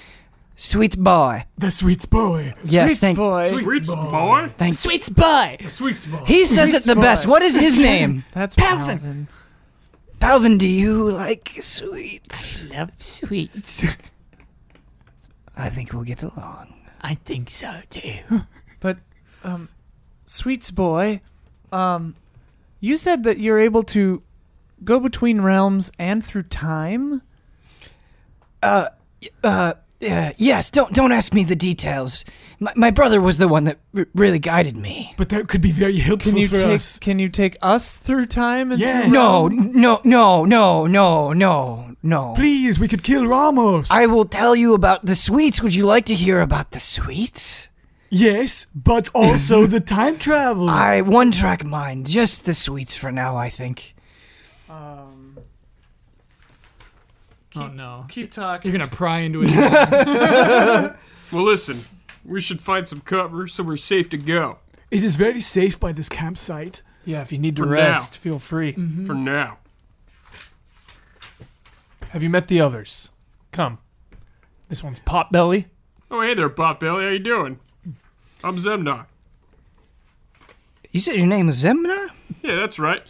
S1: sweets boy.
S5: The sweets boy.
S1: Yes,
S4: Sweets
S1: thank
S4: boy.
S2: Sweet boy.
S1: thank.
S9: Sweets boy.
S5: Sweets boy.
S1: He says it the
S4: boy.
S1: best. What is his name?
S4: That's
S9: Palvin.
S4: Palvin.
S1: Palvin, do you like sweets?
S9: Love sweets.
S1: I think we'll get along.
S9: I think so too.
S4: But um, Sweets boy, um, you said that you're able to go between realms and through time.
S1: Uh, y- uh, yeah, yes. Don't don't ask me the details. My, my brother was the one that r- really guided me.
S5: But that could be very helpful
S4: Can you
S5: for
S4: take
S5: us.
S4: Can you take us through time? And
S5: Yes.
S4: through
S1: No,
S4: realms?
S1: n- no, no, no, no, no. No.
S5: Please, we could kill Ramos.
S1: I will tell you about the sweets. Would you like to hear about the sweets?
S5: yes, but also the time travel.
S1: I one track mind, just the sweets for now, I think.
S4: Um,
S7: Oh no.
S4: keep talking.
S7: You're gonna pry into it.
S2: Well, listen, we should find some cover so we're safe to go.
S5: it is very safe by this campsite.
S6: Yeah, if you need to
S2: For now.
S6: rest, feel free.
S2: For now.
S6: Have you met the others? Come. This one's Potbelly.
S2: Oh, hey there, Potbelly. How you doing? I'm Zemna.
S1: You said your name is Zemna?
S2: Yeah, that's right.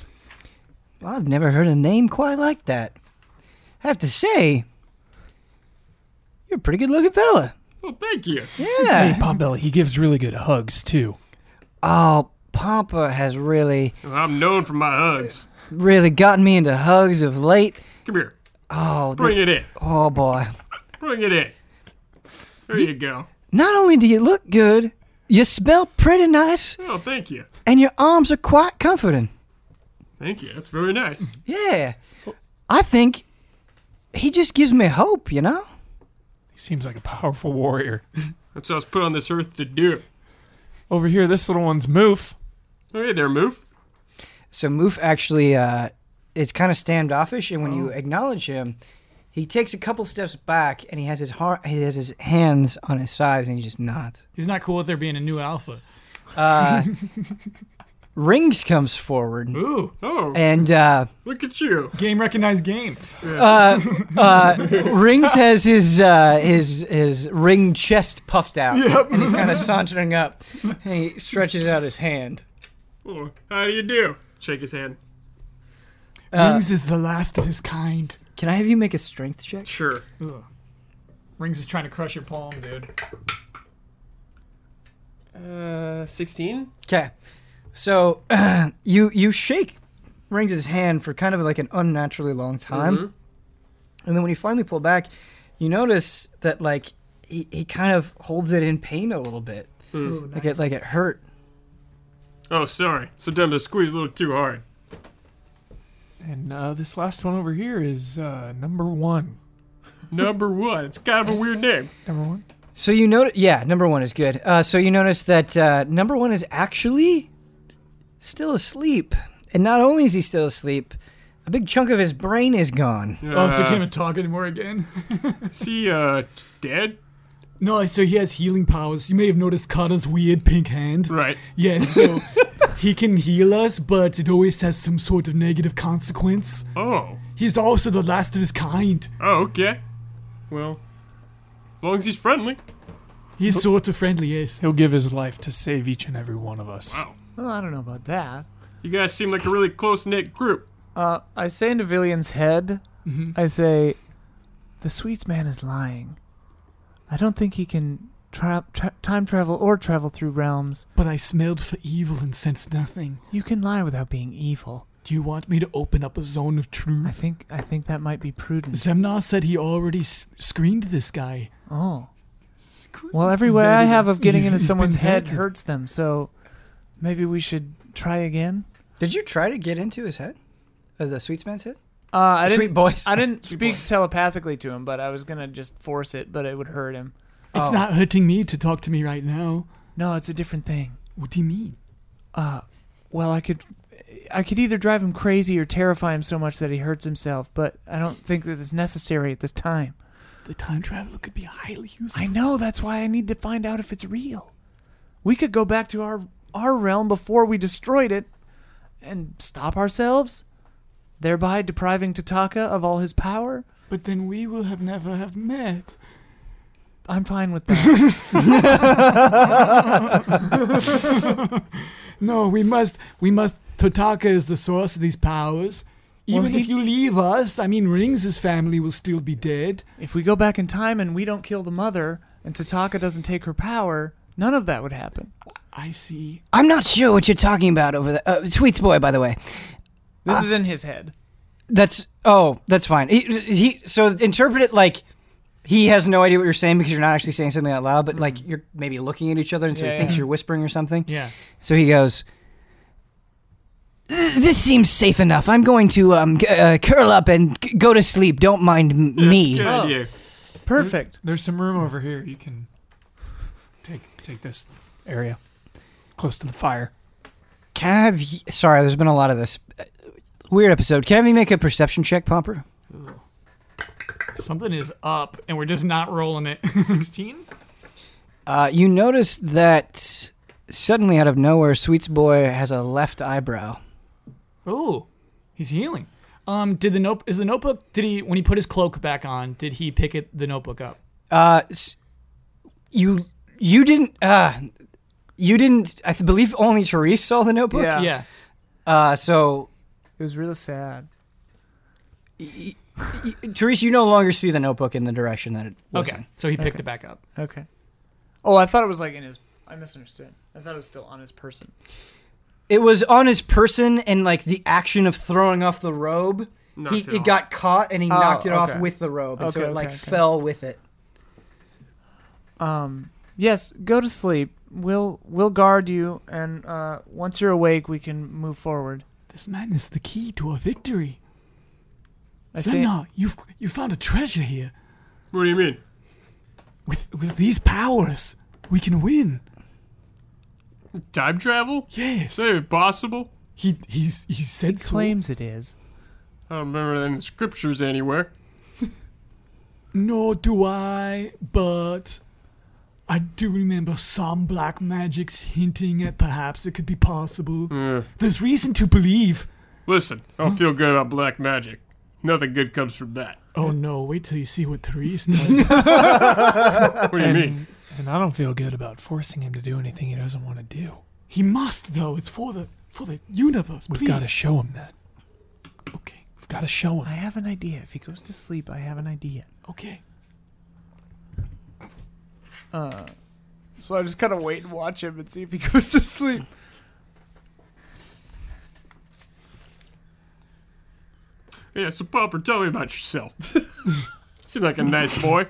S1: Well, I've never heard a name quite like that. I have to say, you're a pretty good looking fella.
S2: Well, thank you.
S1: Yeah.
S6: Potbelly, he gives really good hugs too.
S1: Oh, Papa has really,
S2: Well, I'm known for my hugs.
S1: really gotten me into hugs of late.
S2: Come here.
S1: Oh, the-
S2: Bring it in.
S1: oh boy.
S2: Bring it in. There you go.
S1: Not only do you look good, you smell pretty nice,
S2: Oh, thank you.
S1: and your arms are quite comforting.
S2: Thank you. That's very nice.
S1: Yeah. I think he just gives me hope, you know?
S6: He seems like a powerful warrior.
S2: That's what I was put on this earth to do.
S6: Over here, this little one's Moof.
S2: Oh, hey there, Moof.
S1: So Moof actually uh, is kind of standoffish, and when you acknowledge him, he takes a couple steps back, and he has his har- he has his hands on his sides, and he just nods.
S7: He's not cool with there being a new alpha.
S1: Uh, Rings comes forward,
S7: Ooh.
S2: Oh,
S1: and uh,
S2: look at you.
S5: Game recognized game.
S1: uh, uh, Rings has his uh, his his ring chest puffed out, and he's kind of sauntering up, and he stretches out his hand.
S2: Oh, how do you do? Shake his hand.
S1: Uh,
S5: Rings is the last of his kind.
S1: Can I have you make a strength check?
S2: Sure.
S7: Rings is trying to crush your palm, dude.
S2: Uh, 16?
S1: Okay. So you you shake Rings' hand for kind of like an unnaturally long time. And then when you finally pull back, you notice that like he, he kind of holds it in pain a little bit. Like it like it hurt.
S2: Oh, sorry. Sometimes I squeeze a little too hard.
S6: And uh, this last one over here is uh, number one.
S2: Number one. It's kind of a weird name.
S6: Number one?
S1: So you notice yeah, number 1 is good. Uh, so you notice that uh, number 1 is actually still asleep. And not only is he still asleep, a big chunk of his brain is gone.
S5: Oh, so he
S2: Uh,
S5: can't even talk anymore again?
S2: See, uh, dead?
S5: No, so he has healing powers. You may have noticed Kata's weird pink hand.
S2: Right.
S5: Yes, so he can heal us, but it always has some sort of negative consequence.
S2: Oh.
S5: He's also the last of his kind.
S2: Oh, okay. Well, as long as he's friendly.
S5: He's sort of friendly, yes.
S6: He'll give his life to save each and every one of us.
S2: Wow.
S8: Well, I don't know about that.
S2: You guys seem like a really close knit group.
S4: Uh, I say into Villian's head,
S7: Mm-hmm.
S4: I say, the sweets man is lying. I don't think he can tra- tra- time travel or travel through realms.
S5: But I smelled for evil and sensed nothing.
S4: You can lie without being evil.
S5: Do you want me to open up a zone of
S4: I
S5: truth?
S4: think I think that might be prudent.
S5: Zemnar said he already s- screened this guy.
S4: Oh. Well, every way I have of getting
S5: You've-
S4: into
S5: he's
S4: someone's
S5: been
S4: head
S5: vetted.
S4: hurts them, so maybe we should try again.
S1: Did you try to get into his head? Uh, the sweets man's head?
S4: Uh, I
S1: Sweet
S4: didn't.
S1: boys.
S4: I didn't speak telepathically to him, but I was gonna just force it, but it would hurt him.
S5: It's
S1: Oh.
S5: not hurting me to talk to me right now.
S4: No, it's a different thing.
S5: What do you mean?
S4: Uh, well, I could, I could either drive him crazy or terrify him so much that he hurts himself. But I don't think that it's necessary at this time.
S5: The time traveler could be highly useful.
S4: I know that's why I need to find out if it's real. We could go back to our our realm before we destroyed it, and stop ourselves, thereby depriving Tataka of all his power.
S5: But then we will have never have met.
S4: I'm fine with that.
S5: No, we must. We must. Totaka is the source of these powers. Even
S4: he-
S5: if you leave us, I mean, Rings' family will still be dead.
S4: if we go back in time and we don't kill the mother, and Tataka doesn't take her power, none of that would happen.
S5: I see.
S1: I'm not sure what you're talking about over there. Uh, Sweets boy, by the way.
S4: This is in his head.
S1: That's oh, that's fine. He, he so interpret it like he has no idea what you're saying because you're not actually saying something out loud, but like you're maybe looking at each other, and so
S4: Yeah,
S1: he thinks
S4: yeah.
S1: you're whispering or something.
S7: Yeah.
S1: So he goes, th- this seems safe enough. I'm going to um, g- uh, curl up and g- go to sleep. Don't mind m- me.
S2: Good idea.
S4: Perfect.
S6: There's some room over here. You can take take this area close to the fire.
S1: Can I have? y- Sorry, there's been a lot of this Uh, weird episode. Can I have you make a perception check, Pomper?
S7: Something is up, and we're just not rolling it. 16?
S1: Uh, you notice that suddenly, out of nowhere, Sweets Boy has a left eyebrow.
S7: Ooh, he's healing. Um, did the note is the notebook? Did he when he put his cloak back on? Did he pick it the notebook up?
S1: Uh, s- you you didn't uh, you didn't. I th- believe only Therese saw the notebook.
S4: Yeah.
S7: Yeah,
S1: Uh, so
S4: It was really sad.
S1: Therese, you no longer see the notebook in the direction that it was
S7: okay.
S1: in.
S7: So he picked
S4: Okay.
S7: it back up.
S4: Okay. Oh, I thought it was like in his. I misunderstood. I thought it was still on his person.
S1: It was on his person, and like the action of throwing off the robe,
S2: Knocked
S1: he
S2: it
S1: it, Oh,
S2: off.
S1: got caught, and he knocked it off
S4: okay.
S1: with the robe, and so
S4: Okay,
S1: it like
S4: okay, okay.
S1: fell with it.
S4: Um. Yes. Go to sleep. We'll we'll guard you, and uh, once you're awake, we can move forward.
S5: This man is the key to our victory.
S4: I say,
S5: Senna, you've you found a treasure here.
S2: What do you mean?
S5: With with these powers, we can win.
S2: Time travel?
S5: Yes.
S2: Is that even possible?
S5: He he's he said so.
S4: claims it is.
S2: I don't remember that in the scriptures anywhere.
S5: Nor do I, but I do remember some black magics hinting at perhaps it could be possible. There's reason to believe.
S2: Listen, I don't feel good about black magic. Nothing good comes from that.
S5: Oh no, wait till you see what Therese does.
S2: What do you mean?
S6: And I don't feel good about forcing him to do anything he doesn't want to do.
S5: he must though, it's for the for the universe.
S6: We've
S5: please.
S6: got to show him that. Okay, we've got to show
S4: I
S6: him.
S4: have an idea. If he goes to sleep, I have an idea.
S5: okay.
S4: Uh. So I just kind of wait and watch him and see if he goes to sleep.
S2: Yeah, so Popper, tell me about yourself. Seem like a nice boy.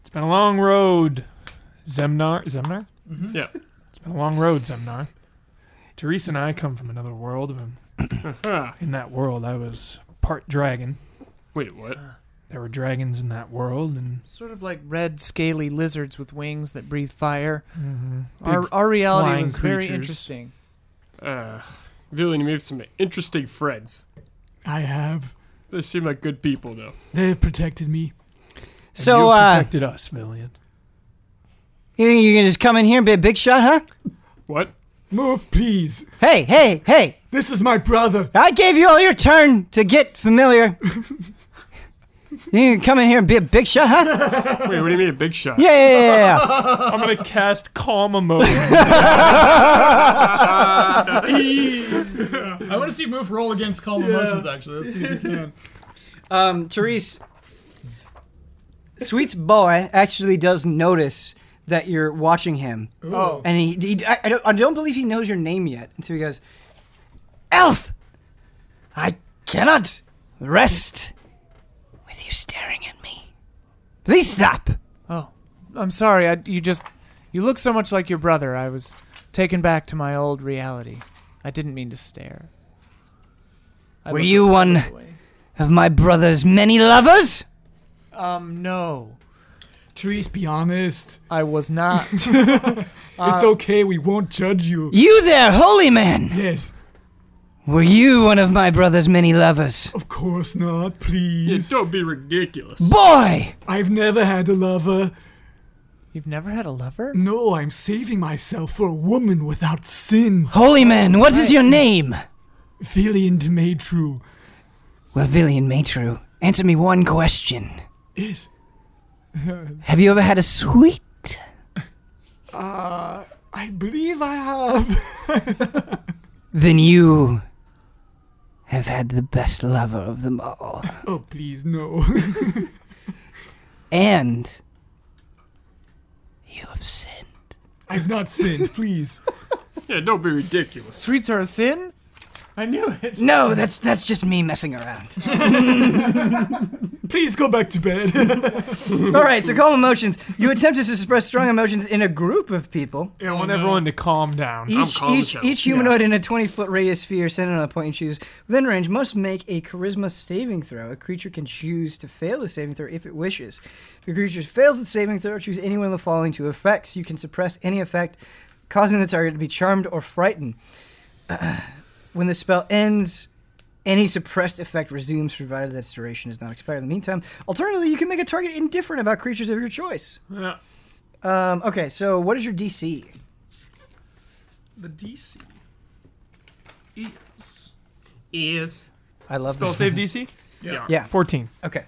S6: It's been a long road, Zemnar. Zemnar.
S2: Yeah.
S6: It's been a long road, Zemnar. Teresa and I come from another world. and
S2: Huh.
S6: In that world, I was part dragon.
S2: Wait, what?
S6: There were dragons in that world, and
S4: Sort of like red, scaly lizards with wings that breathe fire.
S6: big
S4: Our, our reality
S6: flying
S4: was very
S6: creatures.
S4: interesting.
S2: Uh, Villain, you made some interesting friends.
S5: I have.
S2: They seem like good people, though.
S5: They have protected me.
S6: And
S1: So
S6: you
S1: uh,
S6: protected us, Villian.
S1: you think you can just come in here and be a big shot, huh?
S2: What?
S5: Move, please.
S1: Hey, hey, hey!
S5: This is my brother.
S1: I gave you all your turn to get familiar. you can come in here and be a big shot, huh?
S2: Wait, what do you mean a big shot?
S1: Yeah, yeah, yeah, yeah.
S6: I'm gonna cast calm emotion.
S7: I want to see move roll against calm emotions. Actually, let's see if you can.
S1: yeah. um, Therese, Sweet's boy actually does notice that you're watching him,
S4: Oh,
S1: and he, he I, I, don't, I don't believe he knows your name yet, and so he goes, "Elf, I cannot rest with you staring at me. Please stop."
S4: oh, I'm sorry. I, you just you look so much like your brother. I was taken back to my old reality. I didn't mean to stare. I
S1: Were
S4: look
S1: you
S4: the
S1: one-
S4: other way.
S1: Of my brother's many lovers.
S4: Um, no,
S5: Therese, be honest.
S4: I was not.
S5: it's okay. We won't judge you.
S1: You there, holy man!
S5: Yes,
S1: Were you one of my brother's many lovers?
S5: of course not.
S2: Yeah,
S5: Please.
S2: don't be ridiculous.
S1: Boy!
S5: I've never had a lover.
S4: You've never had a lover?
S5: No, I'm saving myself for a woman without sin.
S1: Holy man, what is your name?
S5: Villian de Matru.
S1: Well, Villian Matru, answer me one question.
S5: Yes.
S1: Have you ever had a sweet?
S5: Uh, I believe I have.
S1: Then you have had the best lover of them all.
S5: Oh, please, no.
S1: And you have sinned.
S5: I've not sinned, please.
S2: Yeah, don't be ridiculous.
S4: Sweets are a sin. I knew it.
S1: No, that's that's just me messing around.
S7: Please go back to bed.
S1: All right, so calm emotions. You attempted to suppress strong emotions in a group of people.
S3: I want everyone to calm down.
S1: Each
S2: calm as
S1: each
S2: hell.
S1: each humanoid in a 20 foot radius sphere centered on a point you choose within range must make a charisma saving throw. A creature can choose to fail the saving throw if it wishes. If a creature fails the saving throw, choose any one of the following two effects. You can suppress any effect, causing the target to be charmed or frightened. when the spell ends, any suppressed effect resumes, provided that its duration is not expired. In the meantime, alternatively, you can make a target indifferent about creatures of your choice.
S3: Yeah.
S1: Um, okay, so what is your DC?
S3: The DC is
S2: Is
S1: I love
S3: spell
S1: this.
S3: save DC.
S2: Yeah.
S1: Yeah.
S3: fourteen.
S1: Okay.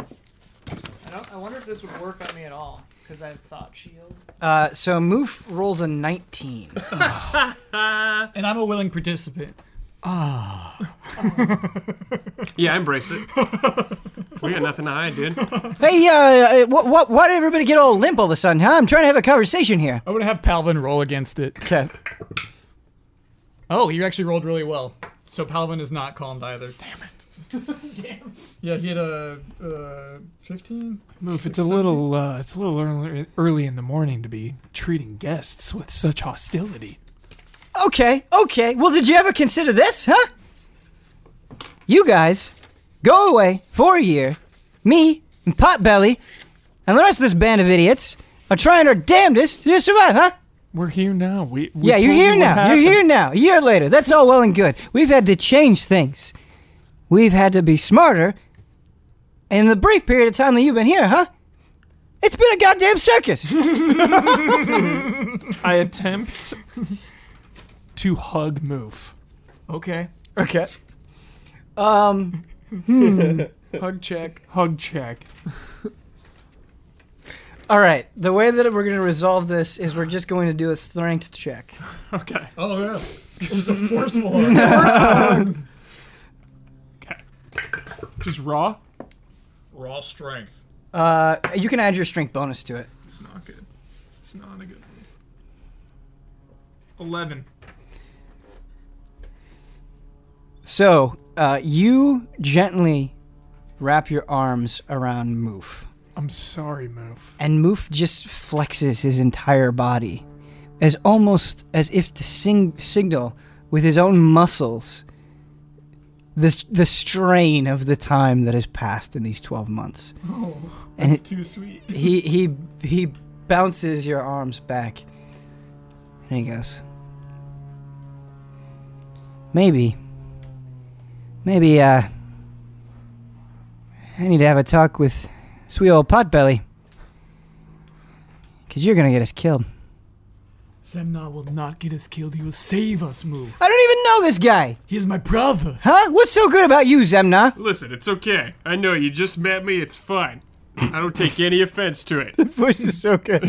S4: I, don't, I wonder if this would work on me at all because I have thought shield.
S1: Uh, so Moof rolls a 19.
S7: and I'm a willing participant.
S2: yeah, embrace it. we got nothing to hide, dude.
S1: hey, uh, what, what, why did everybody get all limp all of a sudden, huh? I'm trying to have a conversation here.
S7: I would have Palvin roll against it.
S1: Okay.
S7: Oh, you actually rolled really well. So Palvin is not calmed either. Damn it. Damn. Yeah, he had a uh, 15.
S6: Move. It's a little. Uh, it's a little early, early in the morning to be treating guests with such hostility.
S1: Okay, okay. Well, did you ever consider this, huh? You guys go away for a year. Me and Potbelly and the rest of this band of idiots are trying our damnedest to just survive, huh?
S6: We're here now. We. we
S1: yeah, you're
S6: told
S1: here
S6: you what
S1: now.
S6: happened.
S1: You're here now. A year later. That's all well and good. We've had to change things. We've had to be smarter. And in the brief period of time that you've been here, huh? It's been a goddamn circus.
S3: I attempt to hug Moof.
S7: Okay.
S1: okay. Um.
S6: Hmm.
S3: Hug check. Hug check.
S1: All right. The way that we're going to resolve this is we're just going to do a strength check.
S3: Okay.
S7: Oh, yeah. This is a forceful one.
S3: Just raw.
S6: Raw strength.
S1: Uh, you can add your strength bonus to it.
S3: It's not good. It's not a good one. Eleven.
S1: So uh, you gently wrap your arms around Moof.
S6: I'm sorry, Move.
S1: and Moof just flexes his entire body, as almost as if to sing- signal with his own muscles the s- the strain of the time that has passed in these twelve months. Oh, and it,
S6: Too sweet.
S1: he he he bounces your arms back, and he goes, "Maybe, maybe uh, I need to have a talk with sweet old Potbelly, cause you're gonna get us killed."
S5: Zemna will not get us killed. He will save us, move.
S1: I don't even know this guy,
S5: He is my brother.
S1: huh? What's so good about you, Zemna?
S2: Listen, it's okay. I know you just met me. It's fine. I don't take any offense to it.
S1: Voice is so good.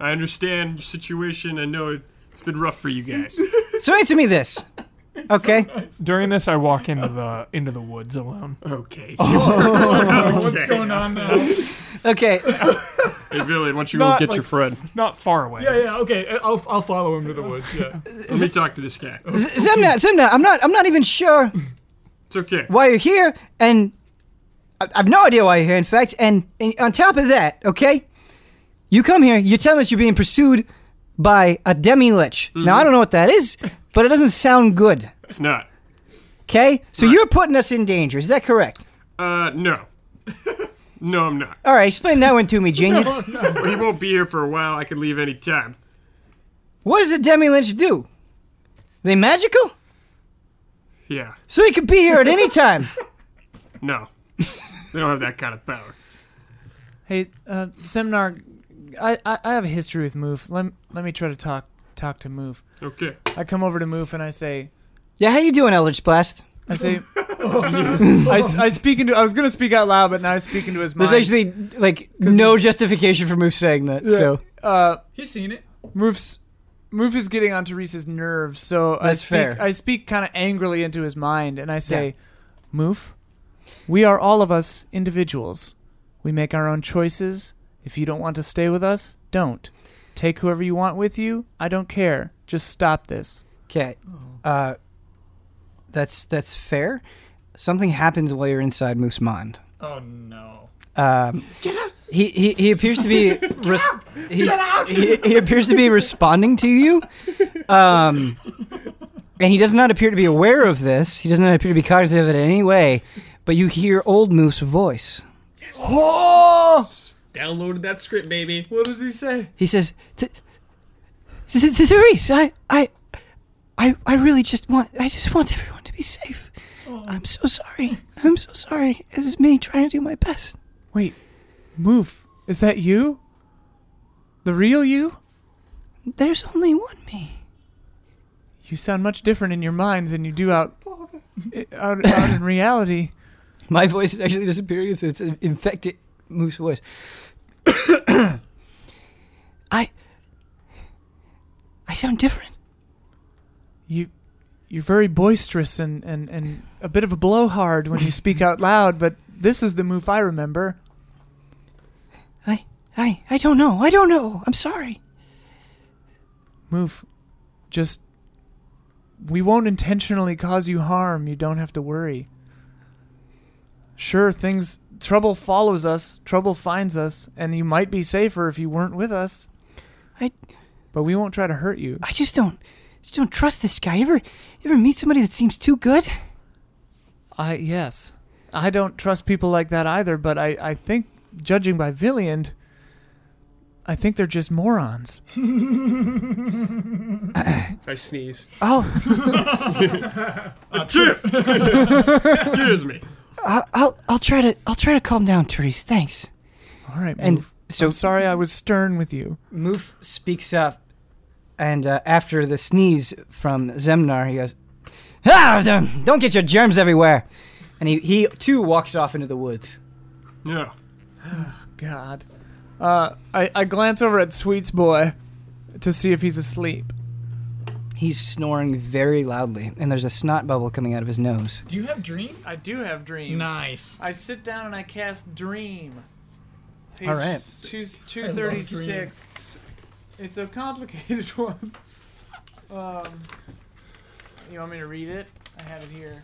S2: I understand your situation. I know it, it's been rough for you guys.
S1: So answer me this, okay?
S3: During this, I walk into the into the woods alone.
S2: Okay.
S3: What's going on now?
S1: Okay,
S2: Hey, Billy, why don't you
S3: Not
S2: go get
S3: like-
S2: your friend?
S3: Not far away.
S5: Yeah, yeah, okay. I- I'll, I'll follow him to the woods. Yeah.
S2: Let me talk to this guy.
S1: Z- Zemna, Zemna, I'm not, I'm not even sure
S2: It's okay.
S1: why you're here, and I- I've no idea why you're here, in fact. And, and on top of that, okay, you come here, you're telling us you're being pursued by a demi lich. Now, I don't know what that is, but it doesn't sound good,
S2: It's not.
S1: okay? So you're putting us in danger, is that correct?
S2: Uh, no. No, I'm not.
S1: All right, explain that one to me, genius.
S2: Well, he won't be here for a while. I can leave any time.
S1: What does a demi lich do? They magical?
S2: Yeah.
S1: So he could be here at any time.
S2: No. they don't have that kind of power.
S4: Hey, uh, Semnar, I, I I have a history with Moof. Let let me try to talk talk to Moof.
S2: Okay.
S4: I come over to Moof and I say,
S1: Yeah, how you doing, Eldritch Blast?
S4: I say, I, s- I speak into. I was gonna speak out loud, but now I speak into his mind.
S1: There's actually like no justification for Moose saying that. So
S4: uh,
S7: He's seen it.
S4: Moof's Moof is getting onto Reese's nerves, so I
S1: That's
S4: speak,
S1: fair.
S4: I speak kind of angrily into his mind, and I say, Moof, we are all of us individuals. We make our own choices. If you don't want to stay with us, don't. Take whoever you want with you. I don't care. Just stop this.
S1: okay, uh, that's that's fair. something happens while you're inside Moose Mond.
S7: Oh no.
S1: Um, He, he, he appears to be res- he, he, he appears to be responding to you, um, and he does not appear to be aware of this. He does not appear to be cognizant of it in any way. But you hear Old Moose's voice.
S7: Downloaded that script, baby.
S4: What does he say?
S1: He says, "Th- th- th- "Therese, I, I, I, I really just want, I just want everyone to be safe. I'm so sorry. I'm so sorry. This is me trying to do my best."
S10: Wait, Moof, is that you? The real you?
S1: There's only one me.
S10: You sound much different in your mind than you do out out, out in reality.
S1: My voice is actually disappearing, so it's an infected moose voice. I I sound different.
S10: You you're very boisterous and, and, and a bit of a blowhard when you speak out loud, but this is the Moof I remember.
S1: I I I don't know. I don't know. I'm sorry.
S10: Moof, just we won't intentionally cause you harm. You don't have to worry. Sure, things trouble follows us, trouble finds us, and you might be safer if you weren't with us.
S1: I-
S10: But we won't try to hurt you.
S1: I just don't just don't trust this guy. You ever you ever meet somebody that seems too good?
S10: I yes. I don't trust people like that either, but I, I think judging by Villiand, I think they're just morons.
S2: I sneeze.
S1: Oh,
S2: Chip! Excuse me.
S1: I, I'll I'll try to I'll try to calm down, Therese. Thanks.
S10: All right,
S1: And
S10: Moof.
S1: so-
S10: I'm sorry I was stern with you.
S1: Moof speaks up, and uh, after the sneeze from Zemnar, he goes, "Ah, don't- don't get your germs everywhere." And he, he too walks off into the woods.
S2: Yeah.
S10: God. Uh, I, I glance over at Sweets Boy to see if he's asleep.
S1: He's snoring very loudly, and there's a snot bubble coming out of his nose.
S7: Do you have dream?
S4: I do have dream.
S7: Nice.
S4: I sit down and I cast dream. Page
S10: All right.
S4: Two two thirty six. It's a complicated one. Um, you want me to read it? I have it here.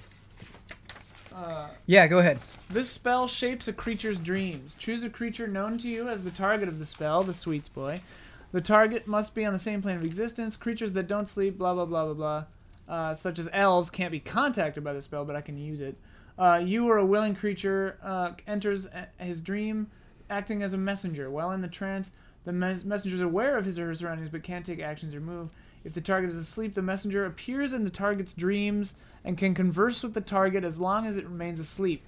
S4: Uh,
S1: Yeah, go ahead.
S4: this spell shapes a creature's dreams. Choose a creature known to you as the target of the spell, the sweets boy. The target must be on the same plane of existence. Creatures that don't sleep, blah, blah, blah, blah, blah, uh, such as elves, can't be contacted by the spell, but I can use it. Uh, you or a willing creature uh, enters a- his dream acting as a messenger. While in the trance, the mes- messenger is aware of his or her surroundings but can't take actions or move. If the target is asleep, the messenger appears in the target's dreams and can converse with the target as long as it remains asleep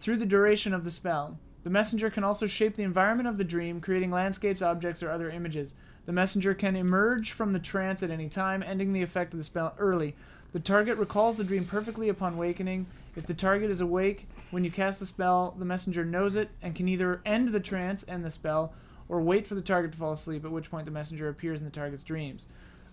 S4: through the duration of the spell. The messenger can also shape the environment of the dream, creating landscapes, objects, or other images. The messenger can emerge from the trance at any time, ending the effect of the spell early. The target recalls the dream perfectly upon wakening. If the target is awake when you cast the spell, the messenger knows it and can either end the trance and the spell, or wait for the target to fall asleep, at which point the messenger appears in the target's dreams.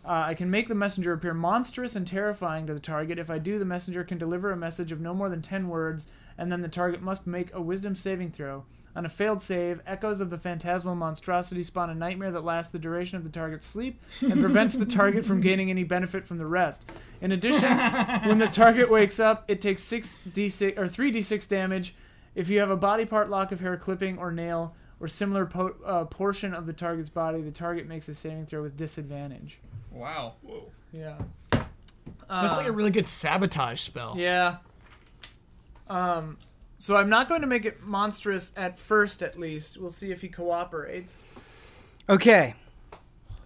S4: Uh, I can make the messenger appear monstrous and terrifying to the target. If I do, the messenger can deliver a message of no more than 10 words, and then the target must make a wisdom saving throw. On a failed save, echoes of the phantasmal monstrosity spawn a nightmare that lasts the duration of the target's sleep and prevents the target from gaining any benefit from the rest. In addition, when the target wakes up, it takes 6d6 or 3d6 damage if you have a body part lock of hair clipping or nail or similar po- uh, portion of the target's body, the target makes a saving throw with disadvantage.
S7: Wow.
S4: Yeah.
S7: That's like a really good sabotage spell.
S4: Yeah. Um, so I'm not going to make it monstrous at first, at least. We'll see if he cooperates.
S1: Okay.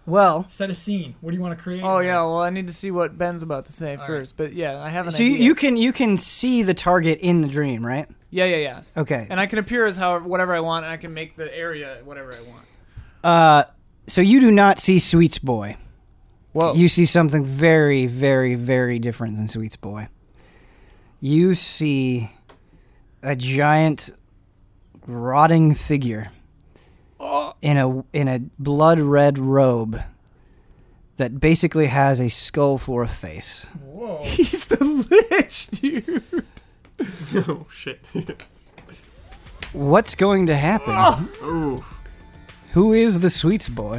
S1: Well,
S7: Set a scene. What do you want to create?
S10: Oh, yeah, well, I need to see what Ben's about to say first, but yeah, I have an
S1: so you,
S10: idea.
S1: you can you can see the target in the dream, right?
S4: Yeah, yeah, yeah.
S1: Okay.
S4: And I can appear as however, whatever I want, and I can make the area whatever I want.
S1: Uh, so you do not see Sweets Boy.
S4: Oh.
S10: Whoa.
S1: You see something very, very, very different than Sweets Boy. You see a giant, rotting figure in a in a blood red robe that basically has a skull for a face.
S7: Whoa.
S10: He's the lich, dude.
S2: oh, shit.
S1: What's going to happen?
S2: Ooh.
S1: Who is the Sweets Boy?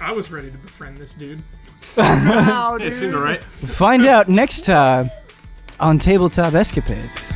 S3: I was ready to befriend this dude.
S2: It seemed alright.
S1: Find out next time on Tabletop Escapades.